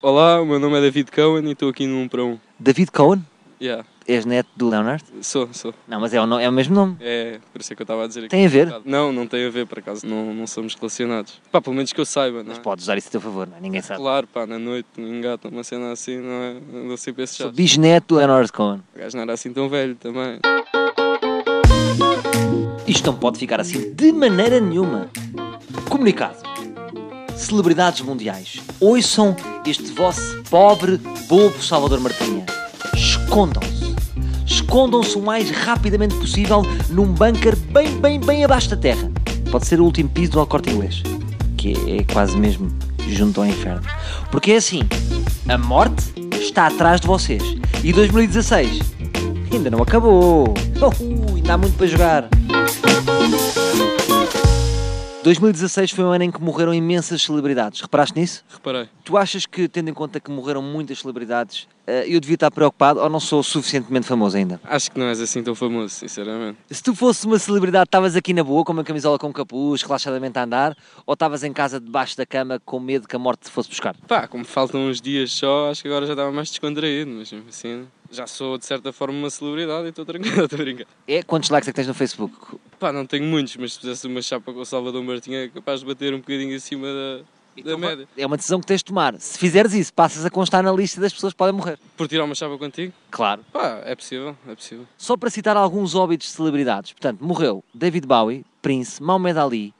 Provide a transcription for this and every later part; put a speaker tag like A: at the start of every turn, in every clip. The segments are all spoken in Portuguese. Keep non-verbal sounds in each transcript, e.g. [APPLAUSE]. A: Olá, o meu nome é David Cohen e estou aqui no 1 para 1.
B: David Cohen?
A: Yeah,
B: És neto do Leonard?
A: sou, sou.
B: Não, mas é o, no- é o mesmo nome.
A: É, por isso é que eu estava a dizer aqui.
B: Tem a ver?
A: Não, não tem a ver, por acaso, não, não somos relacionados. Pá, pelo menos que eu saiba, não é?
B: Mas podes usar isso a teu favor, não é? ninguém sabe.
A: Claro, pá, na noite, um engata uma cena assim, não é? Andou sempre esse
B: Sou
A: chato.
B: bisneto do Leonard Cohen.
A: O gajo não era assim tão velho também.
B: Isto não pode ficar assim de maneira nenhuma. Comunicado. Celebridades mundiais, ouçam este vosso pobre, bobo Salvador Martinha. Escondam-se. Escondam-se o mais rapidamente possível num bunker bem, bem, bem abaixo da terra. Pode ser o último piso do Alcorte Inglês, que é quase mesmo junto ao inferno. Porque é assim, a morte está atrás de vocês. E 2016 ainda não acabou. [LAUGHS] Uhul, ainda há muito para jogar. 2016 foi um ano em que morreram imensas celebridades. Reparaste nisso?
A: Reparei.
B: Tu achas que, tendo em conta que morreram muitas celebridades, eh, eu devia estar preocupado ou não sou suficientemente famoso ainda?
A: Acho que não és assim tão famoso, sinceramente.
B: Se tu fosse uma celebridade, estavas aqui na boa, com uma camisola com capuz, relaxadamente a andar, ou estavas em casa debaixo da cama com medo que a morte te fosse buscar?
A: Pá, como faltam uns dias só, acho que agora já estava mais descontraído, mas assim, já sou de certa forma uma celebridade e estou tranquilo, [LAUGHS] estou a brincar.
B: É quantos likes é que tens no Facebook?
A: Pá, não tenho muitos, mas se fizesse uma chapa com o Salvador Martinha, é capaz de bater um bocadinho acima da, da
B: Então,
A: média.
B: É uma decisão que tens de tomar. Se fizeres isso, passas a constar na lista das pessoas que podem morrer.
A: Por tirar uma chapa contigo?
B: Claro.
A: Pá, é possível, é possível.
B: Só para citar alguns óbitos de celebridades. Portanto, morreu David Bowie, Prince, Mohamed Ali,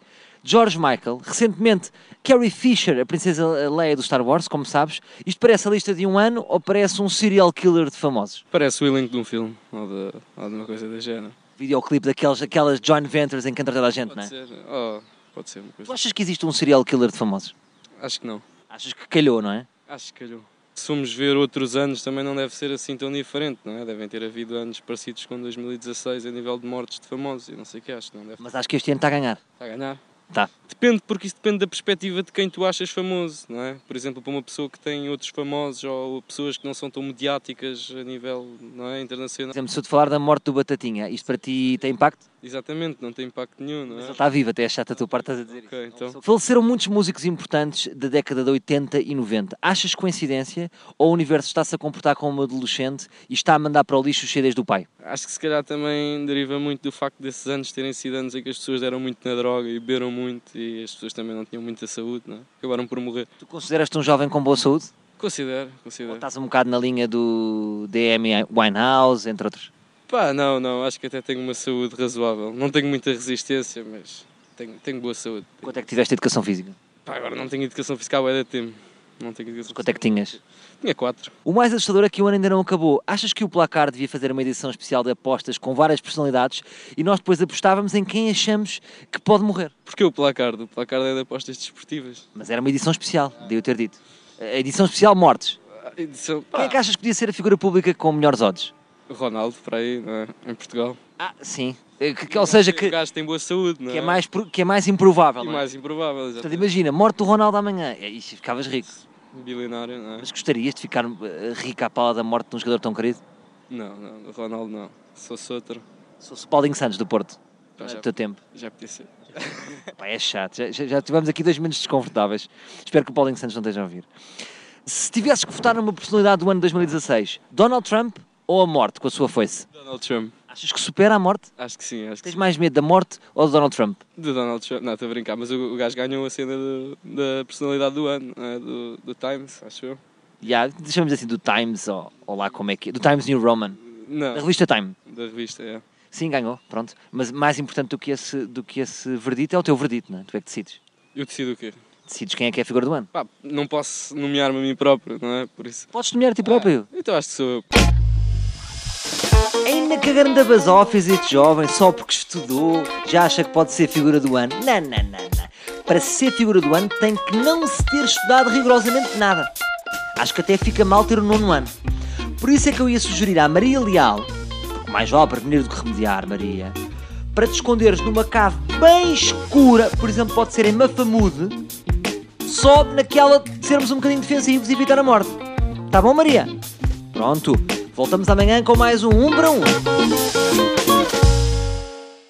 B: George Michael, recentemente Carrie Fisher, a princesa Leia do Star Wars, como sabes. Isto parece a lista de um ano ou parece um serial killer de famosos?
A: Parece o elenco de um filme, ou de, ou de uma coisa da género.
B: Videoclipe daqueles, aquelas joint ventures em que entra toda a gente,
A: Pode
B: não é?
A: ser, oh, pode ser uma coisa.
B: Tu achas que existe um serial killer de famosos?
A: Acho que não,
B: Achas que calhou, não é?
A: acho que calhou. Se formos ver outros anos, também não deve ser assim tão diferente, não é? Devem ter havido anos parecidos com 2016 a nível de mortes de famosos e não sei o que, acho que não deve
B: Mas acho que este ano está a ganhar.
A: estar a ganhar.
B: Tá.
A: Depende, porque isso depende da perspectiva de quem tu achas famoso, não é? Por exemplo, para uma pessoa que tem outros famosos ou pessoas que não são tão mediáticas a nível não é,
B: Por
A: internacional,
B: exemplo, se eu te falar da morte do Batatinha, isto para ti tem impacto?
A: exatamente, não tem impacto nenhum, não
B: Mas ele
A: é?
B: está vivo, até é chata a tua parte estás a dizer isso.
A: Ok, então.
B: Faleceram muitos músicos importantes da década de 80 e 90. Achas coincidência ou o universo está-se a comportar como um adolescente e está a mandar para o lixo os CDs do pai?
A: Acho que se calhar também deriva muito do facto desses anos terem sido anos em que as pessoas deram muito na droga e beberam muito e as pessoas também não tinham muita saúde, não é? Acabaram por morrer.
B: Tu consideras-te um jovem com boa saúde?
A: Considero,
B: Ou
A: considero.
B: estás um bocado na linha do DM Winehouse, entre outros?
A: Pá, não, não, acho que até tenho uma saúde razoável. Não tenho muita resistência, mas tenho, tenho boa saúde.
B: Quanto é que tiveste de educação física?
A: Pá, agora não tenho educação fiscal, é da tempo. Não tenho educação
B: Quanto é que tinhas?
A: Tinha quatro.
B: O mais assustador é que o ano ainda não acabou. Achas que o placar devia fazer uma edição especial de apostas com várias personalidades e nós depois apostávamos em quem achamos que pode morrer?
A: Porquê o placar? O placar é de apostas desportivas.
B: Mas era uma edição especial, de eu ter dito. A edição especial Mortes.
A: Ah, edição-
B: Quem é que achas que podia ser a figura pública com melhores odds?
A: Ah, Ronaldo, para aí, não é? em Portugal.
B: Ah, sim. Eh, que- que- ou seja,
A: O
B: que,
A: gajo tem boa saúde, não
B: que é, mais, pro- que é mais improvável.
A: E
B: não é?
A: mais improvável, já.
B: Portanto, imagina, morte do Ronaldo amanhã. Eh, Ixi, ficavas rico.
A: Bilionário, não é?
B: Mas gostarias de ficar eh, rico à pala da morte de um jogador tão querido?
A: Não, não, do Ronaldo não. Sou Soutro.
B: Sou Spalding Santos, do Porto.
A: Pá,
B: Não é
A: já,
B: do teu tempo.
A: já podia ser.
B: Pá, é chato. Já, já- já tivemos aqui dois minutos desconfortáveis. Espero que o Paulinho Santos não esteja a ouvir. Se tivesses que votar numa personalidade do ano 2016, Donald Trump ou a morte com a sua foice?
A: Donald Trump.
B: Achas que supera a morte?
A: Acho que sim, acho que
B: Tens
A: sim.
B: mais medo da morte ou do Donald Trump?
A: De Donald Trump. Não, estou a brincar, mas o, o gajo ganhou a cena do- da personalidade do ano, não é? do, do Times, acho eu.
B: Yeah, deixamos assim do Times, ou, ou lá como é que é, do Times New Roman,
A: Não,
B: da revista Time.
A: da revista, é.
B: Sim, ganhou, pronto. Mas mais importante do que esse, do que esse verdito é o teu verdito, não é? Tu é que decides.
A: Eu decido o quê?
B: Decides quem é que é a figura do ano.
A: Pá, não posso nomear-me a mim próprio, não é? Por isso.
B: Podes nomear a ti próprio.
A: Então acho que sou eu.
B: Ainda que a grande basófis este jovem, só porque estudou, já acha que pode ser figura do ano. Não, não, não, não. Para ser figura do ano tem que não se ter estudado rigorosamente nada. Acho que até fica mal ter o nono ano. Por isso é que eu ia sugerir à Maria Leal, porque mais vale prevenir do que remediar, Maria, para te esconderes numa cave bem escura, por exemplo, pode ser em Mafamude, só naquela de sermos um bocadinho defensivos e evitar a morte. Um Tá bom, Maria? Pronto, voltamos amanhã com mais um 1 para 1.